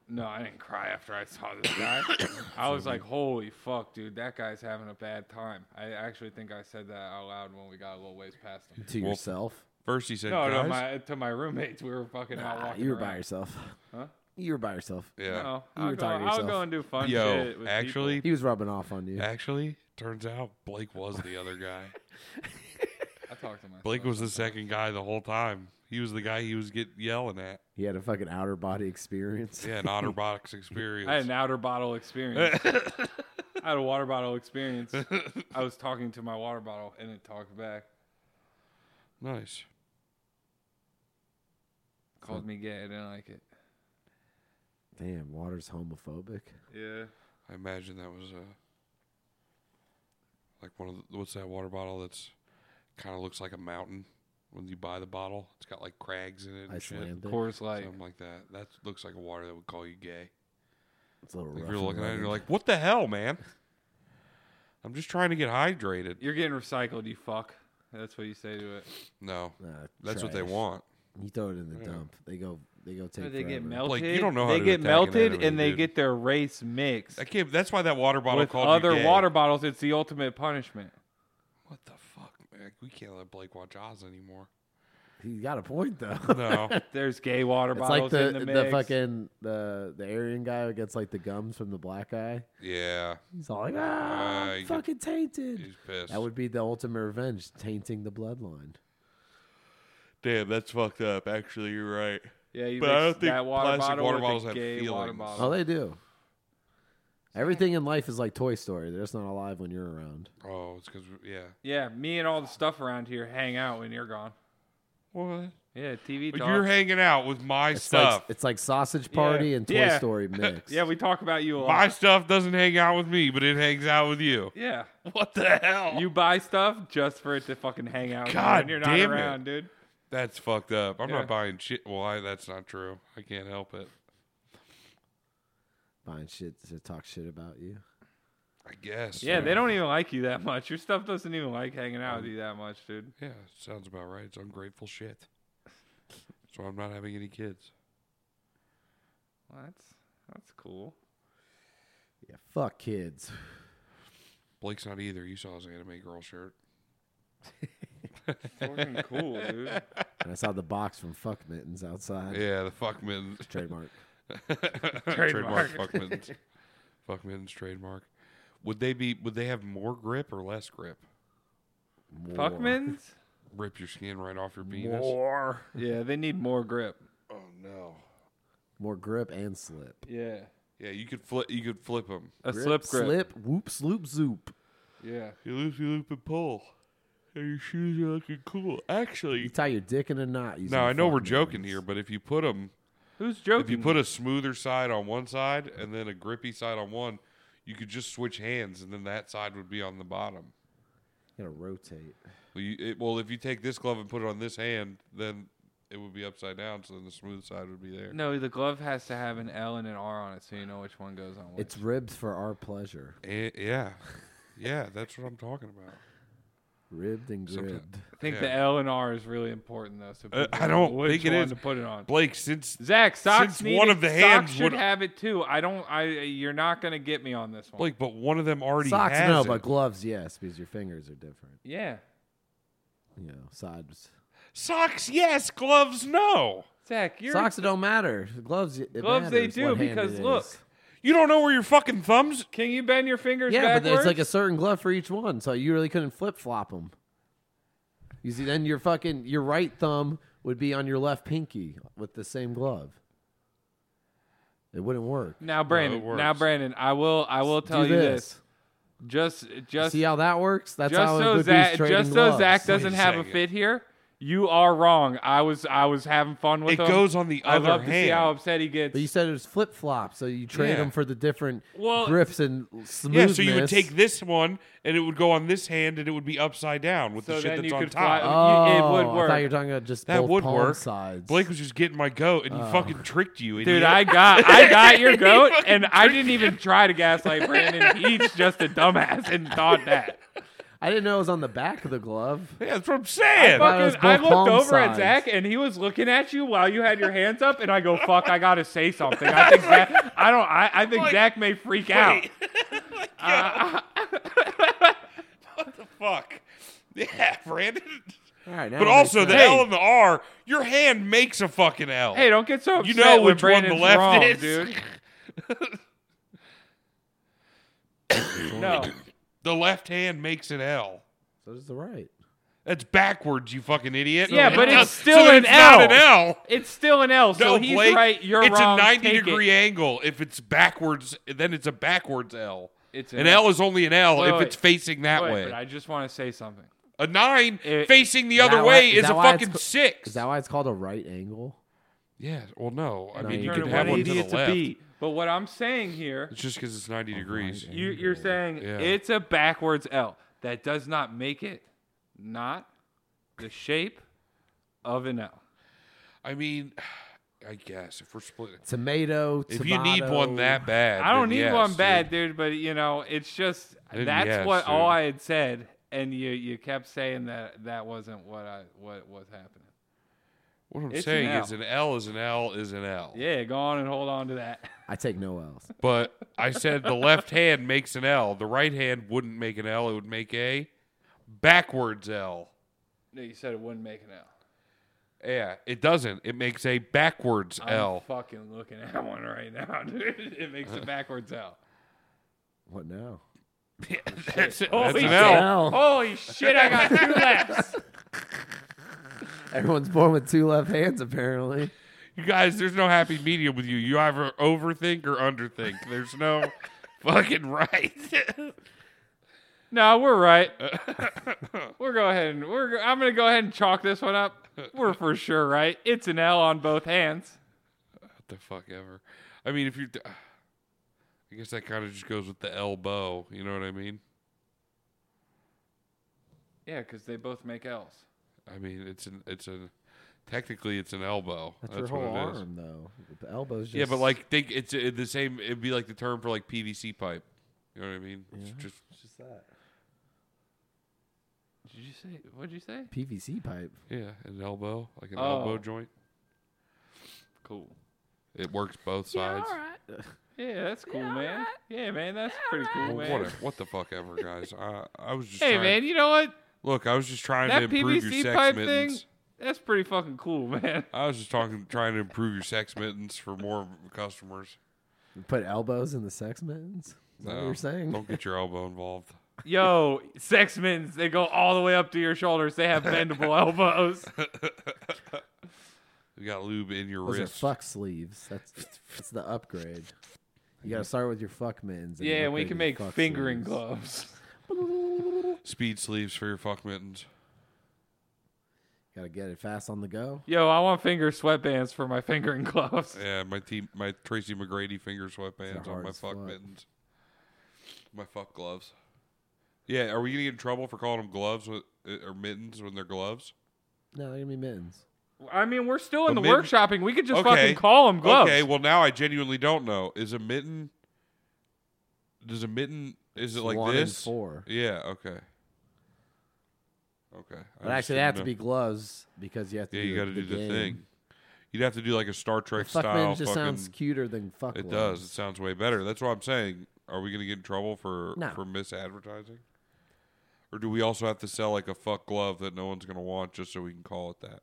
No, I didn't cry after I saw this guy. [COUGHS] I was like, holy fuck, dude, that guy's having a bad time. I actually think I said that out loud when we got a little ways past him. To Well, yourself. First he said, No, "Guys?" no, my, to my roommates, we were fucking out Ah, walking you were by around. yourself. Huh? You were by yourself. Yeah. No, You I'll, were talking go, to I'll yourself. go and do fun shit. Yo, with actually, He was rubbing off on you. actually, turns out Blake was the other guy. [LAUGHS] people. I talked to myself. Blake was the second guy the whole time. He was the guy he was get yelling at. He had a fucking outer body experience. [LAUGHS] Yeah, an OtterBox experience. I had an outer bottle experience. I had a water bottle [LAUGHS] experience. I was talking to my water bottle and it talked back, Nice. called me gay. I didn't like it. [LAUGHS] Damn, water's homophobic. Yeah. I imagine that was uh, like one of the, what's that water bottle that's kind of looks like a mountain when you buy the bottle. It's got like crags in it. And shit. Icelandic. Coors Light. Something like that. That looks like a water that would call you gay. It's a little Like rough you're and looking at it and you're rugged. like, what the hell, man? I'm just trying to get hydrated. You're getting recycled, you fuck. That's what you say to it. No, Nah, that's what they trash. want. You throw it in the dump. They go. They go take. they get forever. melted. you don't know how they to get attack an melted enemy, and they dude. get their race mixed I can't. That's why that water bottle with called other you gay. water bottles. It's the ultimate punishment. What the fuck, man? We can't let Blake watch Oz [LAUGHS] anymore. He got a point though. [LAUGHS] No, There's gay water It's like bottles the in the, the, mix. fucking the the Aryan guy who gets like the gums from the black guy. yeah, He's all like, ah, I'm Uh, he- fucking tainted. he's pissed. That would be the ultimate revenge, tainting the bloodline. Damn, that's fucked up. Actually, you're right. yeah, you But I mix don't think that water plastic bottle water with bottles a have gay water feelings. Oh, bottle. they do. Everything in life is like Toy Story. They're just not alive when you're around. Oh, it's because yeah. Yeah, me and all the stuff around here hang out when you're gone. What? Yeah, TV But talk. you're hanging out with my It's stuff. like it's like Sausage Party Yeah. and Toy Yeah. Story mixed. yeah, we talk about you a lot. my stuff doesn't hang out with me, but it hangs out with you. yeah, [LAUGHS] What the hell? you buy stuff just for it to fucking hang out. with you God when you're not damn it. around, dude. That's fucked up. I'm Yeah. not buying shit. Well, I, that's not true. I can't help it. buying shit to talk shit about you. I guess. Yeah, they don't even like you that much. Your stuff doesn't even like hanging out with you that much, dude. Yeah, sounds about right. It's ungrateful shit. So I'm not having any kids. Well, that's that's cool. Yeah, fuck kids. [LAUGHS] Blake's not either. You saw his anime girl shirt. Fucking cool, [LAUGHS] dude. And I saw the box from Fuck Mittens outside. Yeah, the fuck mittens. [LAUGHS] [LAUGHS] Trademark. trademark. Fuck mittens. fuck mittens trademark. Would they be? Would they have more grip or less grip? Fuckmans? Rip your skin right off your penis. Yeah, they need more grip. Oh no. More grip and slip. Yeah. Yeah, you could flip. You could flip them. A slip grip. Slip, whoop, sloop, zoop. Yeah. You loop, you loop, and pull. And your shoes are looking cool. You Actually, tie your dick in a knot. using [LAUGHS] now I know Fuck we're joking Mittens. here, but if you put them, Who's if joking? you put a smoother side on one side and then a grippy side on one, you could just switch hands, and then that side would be on the bottom. Gotta rotate. Well, you, it, well, if you take this glove and put it on this hand, then it would be upside down, so then the smooth side would be there. No, the glove has to have an L and an R on it, so you know which one goes on. Which. It's ribs for our pleasure. Eh, yeah, yeah, that's what I'm talking about. [LAUGHS] Ribbed and gribbed. I think the yeah. L and R is really important though. So Uh, people I know don't which think it one is. to put it on. Blake, since Zach, socks Since need one it. of the Socks hands should would- have it too. I don't. I you're not gonna get me on this one. Blake, but one of them already Socks, has no, it. but gloves, yes, because your fingers are different. yeah, You know, sides. socks, yes, gloves, no. Zach, you're Socks, it don't matter. Gloves, it Gloves, they matters do, what hand because it look. is. You don't know where your fucking thumbs. Can you bend your fingers Yeah, but backwards? there's like a certain glove for each one, so you really couldn't flip flop them. You see, then your fucking your right thumb would be on your left pinky with the same glove. It wouldn't work. now, Brandon. No, it now, works. Brandon. I will. I will tell do you this. this. Just, just, see how that works? That's just how it so would Zach, be trading just so gloves. Zach doesn't a have a second. fit here. You are wrong. I was, I was having fun with It him. goes on the I other love to see hand. how upset he gets. But you said it was flip flop, so you trade Yeah. them for the different Well, grips and smoothness. Yeah, so you would take this one and it would go on this hand and it would be upside down with So the shit then that's you on could top. fly- Oh, You- it would I thought work. you were talking about just that both would palm work. sides. Blake was just getting my goat and you fucking tricked you, idiot. Dude, I got [LAUGHS] I got your goat, fucking and I didn't even try to gaslight Brandon. He's just a dumbass and [LAUGHS] thought that. I didn't know it was on the back of the glove. Yeah, that's what I'm saying. thought it was Fucking, I both looked palm over at sides. Zach, and he was looking at you while you had your hands up, and I go, "Fuck, I gotta say something." I think Zach, I don't. I, I think Like, Zach may freak out. what the fuck? [LAUGHS] Yeah, Brandon. All right, now But it makes also the sense. L and the R, your hand makes a fucking L. Hey, don't get so upset. you know when which one Brandon's the left wrong, is, [LAUGHS] dude. no, The left hand makes an L. So does the right. That's backwards, you fucking idiot. Yeah, It but it's does- still so then an it's not L. an L. it's still an L. So no, he's Blake, right. You're it's wrong. a 90 take it. degree angle. If it's backwards, then it's a backwards L. It's an L is only an L Wait, if wait. it's facing that Wait, way. but I just want to say something. a nine It- facing the Is other that why- way is is, that a why it's fucking co- six. Is that why it's called a right angle? yeah. Well, no. I No, mean, you you turn could it have one to the 180, it's a left. B. But what I'm saying here It's just because it's 90 degrees. right. You, Oh, you're saying Yeah. it's a backwards L. That does not make it not the shape of an L. I mean, [SIGHS] I guess if we're splitting, Tomato, if you need one tomato. that bad, I don't then need yes, one dude. bad, dude. But you know, it's just Then that's yes, what all dude. I had said, and you you kept saying that that wasn't what I what was happening. What I'm It's an saying L. is an L is an L is an L. Yeah, go on and hold on to that. I take no L's. But I said the left hand makes an L. The right hand wouldn't make an L. It would make a backwards L. No, you said it wouldn't make an L. Yeah, it doesn't. It makes a backwards I'm L. fucking looking at [LAUGHS] one right now, dude. It makes a backwards L. What now? [LAUGHS] That's, Holy an shit. L. Holy shit! I got two [LAUGHS] lefts. Everyone's born with two left hands, apparently. You guys, there's no happy medium with you. You either overthink or underthink. There's no fucking right. No, we're right. [LAUGHS] we're go ahead and we're. I'm gonna go ahead and chalk this one up. We're for sure right. It's an L on both hands. What the fuck ever. I mean, if you, I guess that kind of just goes with the elbow. You know what I mean? Yeah, because they both make L's. I mean, it's an, it's a, technically it's an elbow. That's, That's, your whole what it is. arm, though. The elbow's just. Yeah, but like think it's uh, the same. It'd be like the term for like PVC pipe. You know what I mean? It's just Just that. Did you say? What did you say? PVC pipe. yeah, an elbow, like an Oh. elbow joint. Cool. It works both sides. Yeah, that's cool, man. Yeah, man, that's pretty cool, Well, man. Whatever. What the fuck ever, guys. I I was just Hey, trying, man, you know what? Look, I was just trying to That improve your PVC sex pipe mittens. thing. That's pretty fucking cool, [LAUGHS] man. I was just talking, trying to improve your sex mittens for more customers. You put elbows in the sex mittens? Is that what you're saying? Don't get your elbow involved. Yo, sexmans, they go all the way up to your shoulders. They have [LAUGHS] bendable elbows. You got lube in your Those are wrist. fuck sleeves. That's, that's the upgrade. You gotta start with your fuck mittens. and Yeah, upgrade we your can make fuck fingering sleeves. gloves. Speed sleeves for your fuck mittens. Gotta get it fast on the go. Yo, I want finger sweatbands for my fingering gloves. Yeah, my team, my Tracy McGrady finger sweatbands on hard my as fuck fuck. mittens. My fuck gloves. Yeah, are we gonna get in trouble for calling them gloves with, uh, or mittens when they're gloves? No, they're gonna be mittens. I mean, we're still in A the mitten- workshopping. We could just fucking call them gloves. Okay, well now I genuinely don't know. Is a mitten? Does a mitten? Is it like One and this? four. Yeah. Okay. Okay. I But just actually, they didn't have to know. be gloves because you have to. Yeah, do you got to do the game. thing. You'd have to do like a Star Trek Fuck style. mittens just fucking, sounds cuter than fuck. It gloves. does. It sounds way better. That's what I'm saying. Are we going to get in trouble for No. for misadvertising? Or do we also have to sell like a fuck glove that no one's going to want just so we can call it that?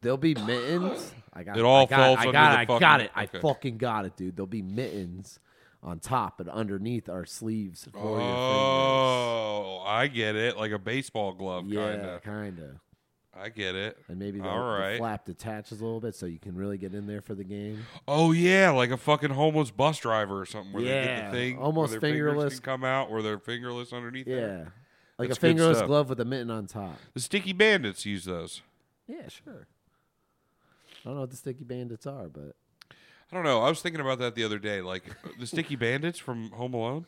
They'll be mittens. I got It all I got, falls I under got, the I fucking- got it. I okay. fucking got it, dude. There'll be mittens on top, and underneath are sleeves for your Oh, I get it. Like a baseball glove fingers. Yeah, kind of. kinda. I get it. And maybe the, All the right. flap detaches a little bit, so you can really get in there for [GASPS] the game. Oh yeah, like a fucking homeless bus driver or something where they get Yeah, the thing where almost their fingers fingerless. can come out where they're fingerless underneath. it. Yeah, like That's good a fingerless stuff. glove with a mitten on top. The sticky bandits use those. Yeah, sure. I don't know what the sticky bandits are, but I don't know. I was thinking about that the other day. Like [LAUGHS] the sticky bandits from Home Alone.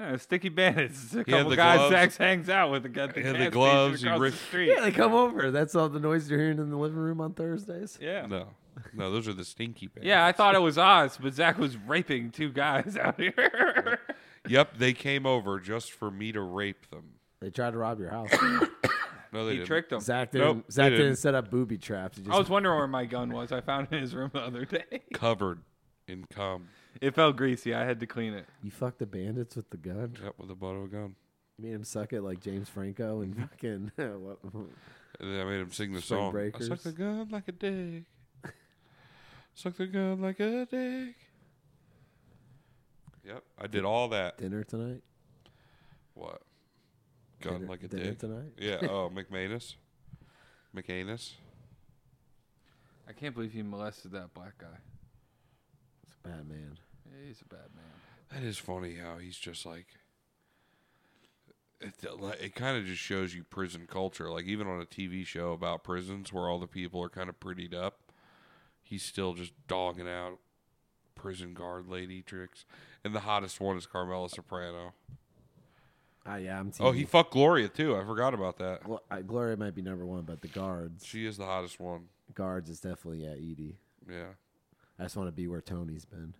Yeah, sticky bandits. It's A Yeah, couple the guys gloves. Zax hangs out with the guy at the, Yeah, the gas station gloves, you across rip- the street. [LAUGHS] yeah, they come over. That's all the noise you're hearing in the living room on Thursdays. yeah. No, no, those are the stinky bandits. Yeah, I thought it was Oz, but Zach was raping two guys [LAUGHS] out here. Yep, they came over just for me to rape them. They tried to rob [COUGHS] your house. No, they he didn't. tricked them. Zach Nope, didn't. they Zach didn't. didn't. set up booby traps. He just I was wondering where my gun was. I found it in his room the other day. [LAUGHS] Covered in cum. It felt greasy. I had to clean it. You fucked the bandits with the gun. Yep, with a butt of a gun. You made him suck it like James Franco and [LAUGHS] fucking. what- [LAUGHS] And then I made him sing the Spring song. I Breakers. suck the gun like a [LAUGHS] dick. suck the gun like a dick. Yep, I did all that. dinner tonight. What? Gun Dinner- like a dinner dick. tonight? [LAUGHS] Yeah. Oh, McManus. McAnus. I can't believe he molested that black guy. It's a bad man. He's a bad man. That is funny how he's just like. It, it kind of just shows you prison culture. Like, even on a TV show about prisons where all the people are kind of prettied up, he's still just dogging out prison guard lady tricks. And the hottest one is Carmela Soprano. Ah, yeah, I'm. Oh, he fucked Gloria, too. I forgot about that. Gl- uh, Gloria might be number one, but the guards, She is the hottest one. guards is definitely yeah, Edie. Yeah. I just want to be where Tony's been.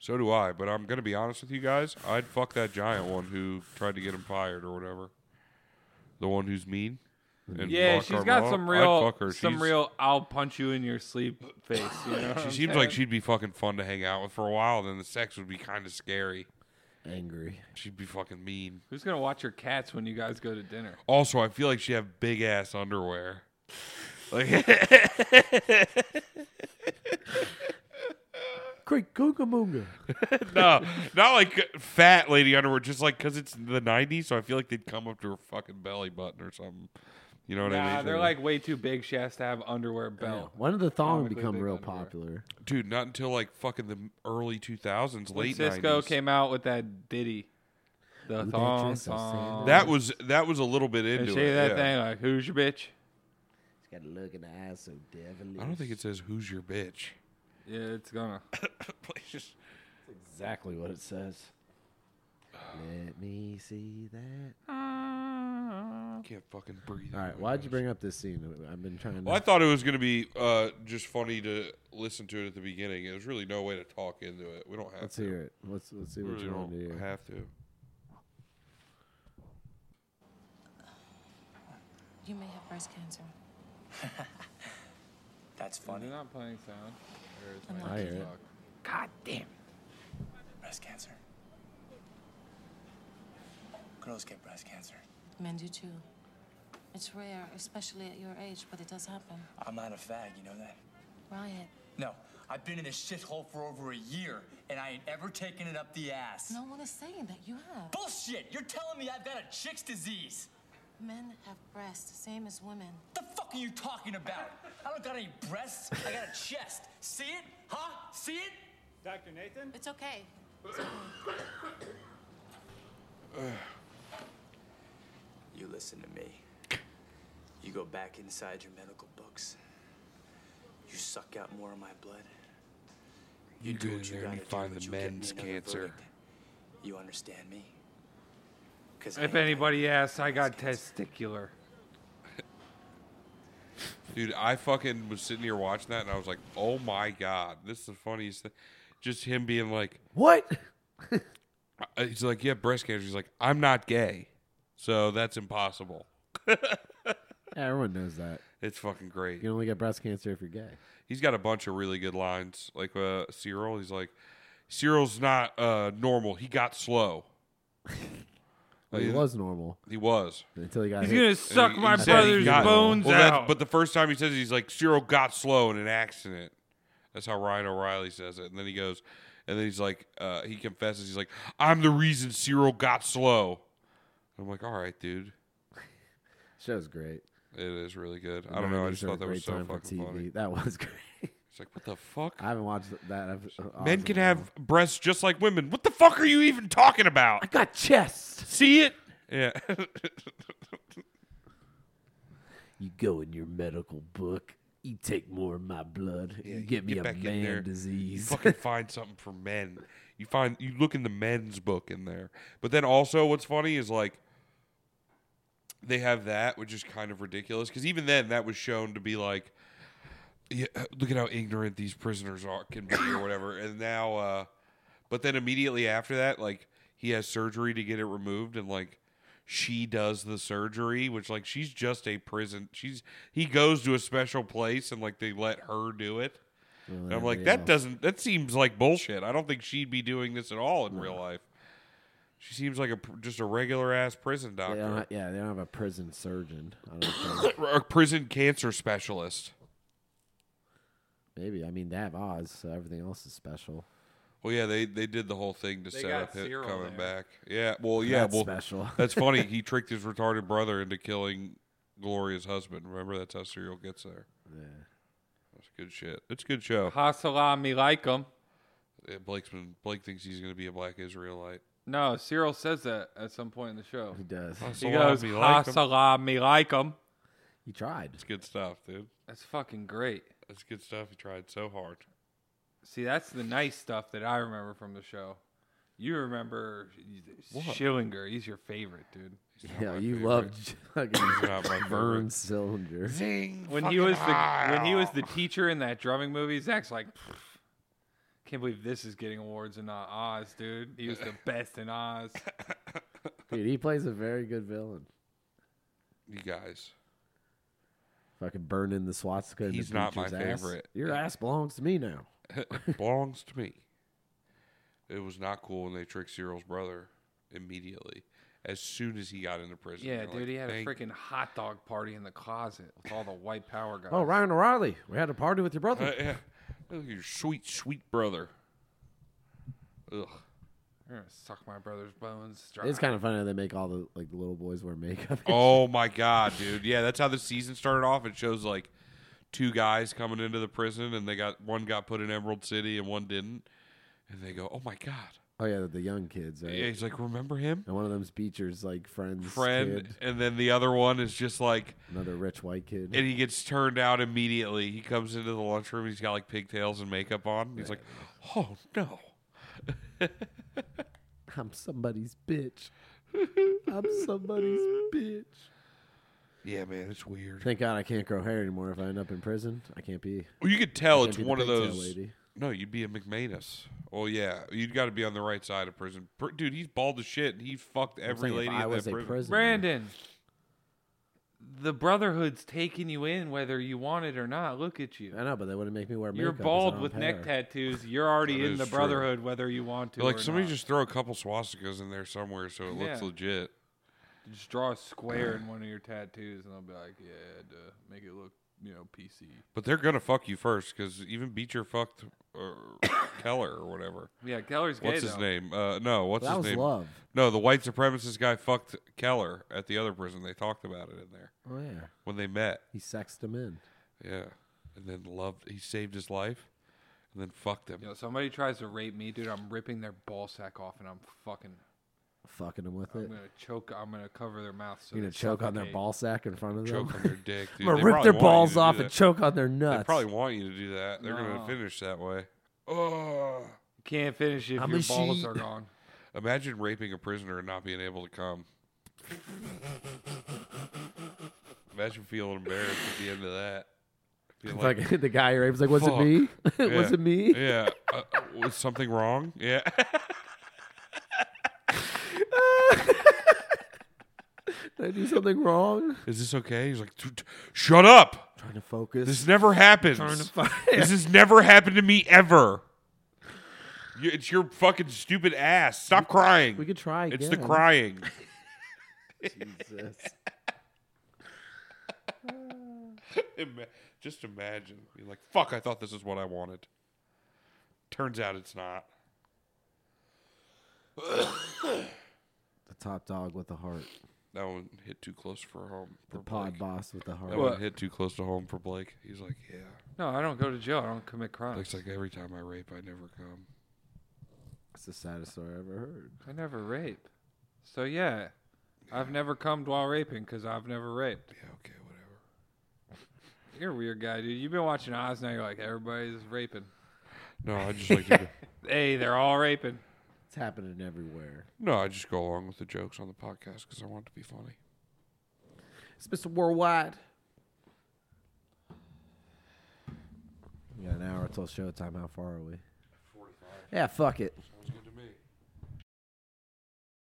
So do I, but I'm gonna be honest with you guys. I'd fuck that giant one who tried to get him fired or whatever. The one who's mean. And Yeah, Mark she's got Carmelo. some I'd real, fuck her. some She's- real. I'll punch you in your sleep face. You know what She I'm seems like saying? she'd be fucking fun to hang out with for a while. Then the sex would be kind of scary. Angry. She'd be fucking mean. Who's gonna watch your cats when you guys go to dinner? Also, I feel like she have big ass [LAUGHS] underwear. Like, [LAUGHS] Great Googamunga. no, not like fat lady underwear. Just like because it's the '90s, so I feel like they'd come up to her fucking belly button or something. You know what I Nah, mean? they're like way too big. She has to have underwear belt. When Oh, did the thong Comically become big real underwear. popular? dude, not until like fucking the early 2000s, When late Cisco 90s. came out with that ditty, the that thong dress I was saying. song. That was that was a little bit and into she it. yeah. that thing like, "Who's your bitch?" He's got a look in the eyes so devilish. I don't think it says "Who's your bitch." [LAUGHS] Yeah, it's gonna. Please just- exactly what it says. Let me see that. I can't fucking breathe. All right, why'd you bring up this scene? I've been trying. Well, I to... thought it was going to be uh, just funny to listen to it at the beginning. There's really no way to talk into it. We don't have [LAUGHS] Let's to. hear it. Let's let's see We what really you want to don't hear. have to. You may have breast cancer. That's You're funny. not playing sound. Or is my I hear it. dog? God damn. Breast cancer. Girls get breast cancer. Men do too. It's rare, especially at your age, but it does happen. I'm not a fag, you know that? Riot. No, I've been in this shithole for over a year, and I ain't ever taken it up the ass. No one is saying that you have. Bullshit! You're telling me I've got a chick's disease. Men have breasts, same as women. The fuck are you talking about? I don't got any breasts. I got a chest. See it? Huh? See it? It's okay. You listen to me. You go back inside your medical books. You suck out more of my blood. You do go in what there and gotta you do, find but the you get me men's another cancer. verdict. You understand me? Because If anybody asks, I got testicular. Dude, I fucking was sitting here watching that and I was like, oh my God, this is the funniest thing. Just him being like, What? [LAUGHS] uh, he's like, yeah, breast cancer. He's like, I'm not gay. So that's impossible. everyone knows that. It's fucking great. You can only get breast cancer if you're gay. He's got a bunch of really good lines. Like uh, Cyril, he's like, Cyril's not uh, normal. He got slow. Well, he yeah. was normal He was. until he got He's hit. gonna suck He- my he said he brother's got- bones well, that's- out. But the first time he says it, he's like, Cyril got slow in an accident. That's how Ryan O'Reilly says it. And then he goes, and then he's like, uh, he confesses, he's like, I'm the reason Cyril got slow. I'm like, all right, dude. Show's great. It is really good. I don't know. I 90s just are a thought that was great so time for fucking funny. That was [LAUGHS] great. It's like, what the fuck? I haven't watched that. I've, uh, Men can have breasts just like women. What the fuck are you even talking about? got chest. See it? Yeah. You go in your medical book. You take more of my blood. you get me get a back in there. man disease. [LAUGHS] fucking find something for men. You find you look in the men's book in there. But then also what's funny is like they have that, which is kind of ridiculous because even then that was shown to be like, yeah, look at how ignorant these prisoners are can be or whatever. And now, uh, but then immediately after that, like he has surgery to get it removed, and like she does the surgery, which like she's just a prison. She's he goes to a special place and like they let her do it. And I'm like, that doesn't. That seems like bullshit. I don't think she'd be doing this at all in real life. She seems like a pr- just a regular ass prison They doctor don't have, yeah, they don't have a prison surgeon. I [COUGHS] don't think. a prison cancer specialist. Maybe. I mean, they have Oz, so everything else is special. Well, yeah, they they did the whole thing to set got up him Cyril coming there. back. Yeah, well, yeah, That's well, special. that's funny. He tricked his retarded brother into killing Gloria's husband. Remember, that's how Serial gets there. Yeah, that's good shit. It's a good show. Hasala me like 'em. Yeah, Blake's been, Blake thinks he's going to be a black Israelite. No, Cyril says that at some point in the show. [LAUGHS] He does. He Salam, goes, you like 'em? Hasala me like 'em. He tried. It's good stuff, dude. That's fucking great. That's good stuff. He tried so hard. See, that's the nice stuff that I remember from the show. You remember Schillinger. He's your favorite, dude. He's not Yeah, my you favorite. [LAUGHS] loved [LAUGHS] He's fucking not [LAUGHS] my Vern favorite. [LAUGHS] Sillinger. Zing, When he fucking was the when he was the ow. teacher in that drumming movie, Zach's like, "Pff, can't believe this is getting awards and not Oz, dude. He [LAUGHS] was the best in Oz. Dude, he plays a very good villain. you guys. Fucking burning the swastika. in the He's not my preacher's ass. favorite. Your ass belongs to me now. belongs to me. It was not cool when they tricked Cyril's brother immediately. As soon as he got into prison. Yeah, They're dude, like, he had a "Thank freaking hot dog party in the closet with all the white power guys. Oh, Ryan O'Reilly, we had a party with your brother. Uh, yeah. Look at your sweet, sweet brother. Ugh. You're gonna suck my brother's bones. It's kind of funny how they make all the like the little boys wear makeup. Oh my god, dude. Yeah, that's how the season started off. It shows like two guys coming into the prison and they got one got put in Emerald City and one didn't. And they go, Oh my god. [LAUGHS] oh yeah, the young kids. Right? Yeah, he's like, Remember him? And one of them's Beecher's like friends, Friend. kid, And then the other one is just like another rich white kid. and he gets turned out immediately. He comes into the lunchroom. He's got like pigtails and makeup on. He's like, "Oh no!" I'm somebody's bitch. I'm [LAUGHS] somebody's bitch. Yeah, man, it's weird. Thank God I can't grow hair anymore. If I end up in prison, I can't be. Well, you could tell can't it's be the one of pigtail those. lady. No, you'd be a McManus. Oh yeah, you'd got to be on the right side of prison, Pr- dude. He's bald as shit. and He fucked every saying lady if in I that was a prison. prisoner, Brandon, the Brotherhood's taking you in whether you want it or not. Look at you. I know, but they wouldn't make me wear makeup. You're 'cause I bald don't with have neck hair. tattoos. You're already That in is the true. Brotherhood whether you want to. Like or somebody not. just throw a couple swastikas in there somewhere so it looks Yeah. legit. Just draw a square in one of your tattoos, and I'll be like, yeah, duh. make it look, you know, PC. But they're gonna fuck you first because even Beecher fucked or [COUGHS] Keller or whatever. Yeah, Keller's gay. What's his though. name? Uh, no, what's That his was name? love. No, the white supremacist guy fucked Keller at the other prison. They talked about it in there Oh yeah, when they met. he sexed him in. Yeah, and then loved. He saved his life, and then fucked him. You know, somebody tries to rape me, dude. I'm ripping their ball sack off, and I'm fucking. Fucking him with Oh, I'm it. gonna choke. I'm gonna cover their mouth. So You're gonna they choke on their suffocate. ball sack in front of them. [LAUGHS] Choke on their dick. Dude. I'm gonna They rip probably their want you balls to do off that. and choke on their They nuts. probably want you to do that. They're gonna No. finish that way. Oh, Can't finish if I'm your a balls sheep. are gone. Imagine raping a prisoner and not being able to come. Imagine feeling embarrassed at the end of that. Feeling Like, [LAUGHS] the guy rapes like, was it me? [LAUGHS] Yeah. was it me? Yeah. Uh, uh, was something wrong? Yeah. [LAUGHS] Did I do something wrong? Is this okay? He's like, "Dude, shut up. Trying to focus. This never happens. This has never happened to me ever. You, it's your fucking stupid ass. Stop crying. we could try. It's the again. [LAUGHS] crying. [LAUGHS] Jesus. Ima- just imagine. You're like, fuck, I thought this is what I wanted. Turns out it's not. the top dog with the heart. That one hit too close for home. For The pod Blake. boss with the heart. That one hit too close to home for Blake. He's like, yeah. No, I don't go to jail. I don't commit crimes. Blake's like, every time I rape, I never come. It's the saddest story I ever heard. I never rape. So yeah, I've never come while raping because I've never raped. Yeah, okay, whatever. You're a weird guy, dude. You've been watching Oz now. You're like everybody's raping. No, [LAUGHS] I just like to. Go, Hey, they're all raping. It's happening everywhere. no, I just go along with the jokes on the podcast because I want it to be funny. It's Mr. Worldwide. We got an hour till showtime. How far are we? 45. Yeah, fuck it.